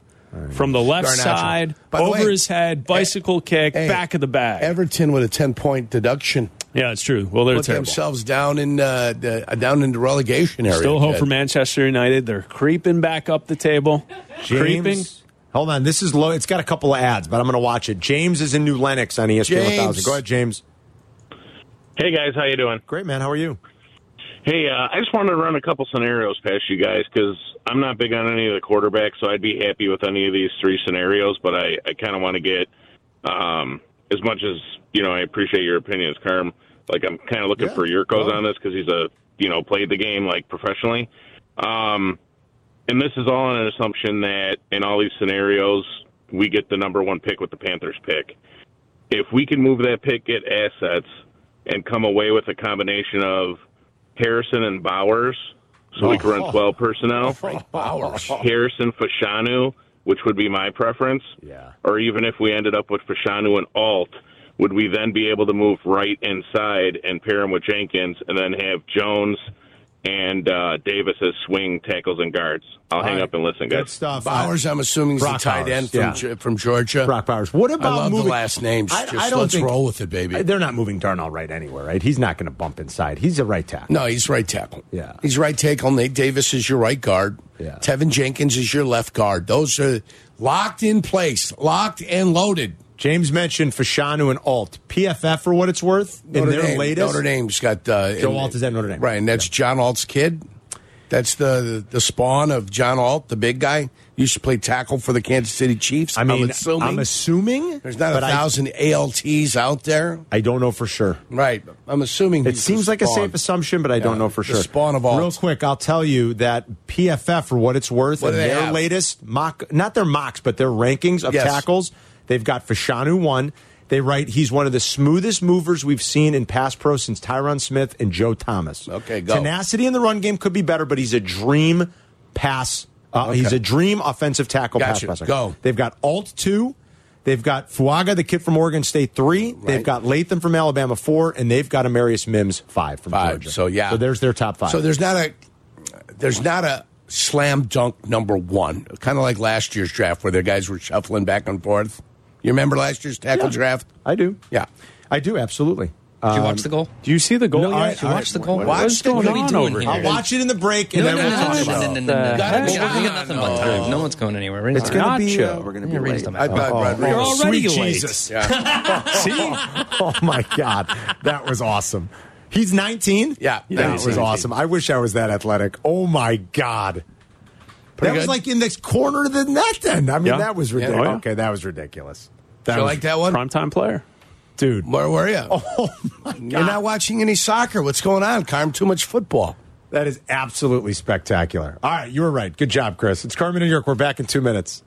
From the left
Garnacho.
side,
By the
over
way-
his head, bicycle kick,
Hey.
back of the bag.
Everton with a 10 point deduction.
Yeah, it's true. Well, they're
Put
terrible.
themselves down in uh, the, uh, down in the relegation area.
Still hope
Ted.
for Manchester United. They're creeping back up the table.
James,
Creeping.
Hold on, this is low. It's got a couple of ads, but I'm going to watch it. James is in New Lenox on E ESPN 1000.
James.
Go ahead, James.
Hey guys, how you doing?
Great man, how are you?
Hey, uh, I just wanted to run a couple scenarios past you guys because I'm not big on any of the quarterbacks, so I'd be happy with any of these three scenarios. But I, I kind of want to get um, as much as you know. I appreciate your opinions, Carm. Like I'm kind of looking for your codes on this because he's a you know played the game like professionally. Um, and this is all on an assumption that in all these scenarios we get the number one pick with the Panthers pick. If we can move that pick, get assets, and come away with a combination of Harrison and Bowers, so we can run 12 personnel.
Bowers.
Harrison Fashanu, which would be my preference. Yeah. Or even if we ended up with Fashanu and Alt, would we then be able to move right inside and pair him with Jenkins and then have Jones and uh, Davis as swing tackles and guards? I'll hang up and listen, guys.
stuff.
Bowers, I'm assuming, is
Brock
the tight end from,
Bowers,
Ge- from Georgia.
Brock Bowers. What about
I love
moving
the last names?
I-
Just
I don't
let's
think-
roll with it, baby.
They're not moving Darnell right anywhere, right? He's not going to bump inside. He's a right tackle.
No, he's right tackle.
Yeah.
He's right tackle. Nate Davis is your right guard.
Yeah.
Tevin Jenkins is your left guard. Those are locked in place, locked and loaded.
James mentioned Fashanu and Alt. PFF, for what it's worth, in
Notre
their
Dame,
latest.
Notre Dame's got uh,
Joe
in-
Alt is at Notre Dame.
right? And that's John Alt's kid. That's the the spawn of John Alt, the big guy. Used to play tackle for the Kansas City Chiefs.
I mean,
I'm assuming,
I'm assuming
there's not a
but I-
thousand ALTs out there.
I don't know for sure.
Right. I'm assuming
It seems like a safe assumption, but I don't know for sure.
spawn of all.
Real quick, I'll tell you that PFF, for what it's worth,
What do they
their
have?
latest mock, not their mocks, but their rankings of
Yes.
tackles, they've got Fashanu one. They write he's one of the smoothest movers we've seen in pass pro since Tyron Smith and Joe Thomas. Okay,
go.
Tenacity in the run game could be better, but he's a dream pass. Uh,
Okay.
He's a dream offensive tackle
Gotcha.
pass rusher.
Go.
They've got Alt two. They've got Fuaga, the kid from Oregon State, three. They've got Latham from Alabama, four, and they've got Amarius Mims, five from
Five.
Georgia.
So, yeah.
so there's their top five.
So there's not a there's not a slam dunk number one. Kind of like last year's draft where their guys were shuffling back and forth. You remember last year's tackle draft?
I do.
Yeah,
I do absolutely. Did
you watch the goal?
Do you see the goal?
No,
yet?
I- Did you I- watch the goal?
What-
Watch
What's
the- what
going
are we
on
doing
over
here? I'll watch it in the break, and
No,
then
no,
we'll
no,
talk
no,
about
no, no,
it.
no, no, no.
Gotta
We
move
got- we got
on.
nothing but time. No one's going anywhere. We're
It's
not-
gonna be,
Nacho.
uh,
We're gonna be raised on
I-
uh,
I-
that.
You're
already
Oh, Sweet
late.
Jesus.
Yeah.
[LAUGHS] See? Oh my God. That was awesome. He's 19?
Yeah.
That was
He's 19.
awesome. I wish I was that athletic. Oh my God.
Pretty
that was
good?
like in this corner of the net then. I mean,
Yeah.
that was
Yeah.
ridiculous.
Oh, yeah.
Okay, that was ridiculous.
You like that one?
Primetime player.
Dude.
Where were you?
Oh my God.
You're not watching any soccer. What's going on, Carm? Too much football.
That is absolutely spectacular. All right, you were right. Good job, Chris. It's Carmen and York. We're back in two minutes.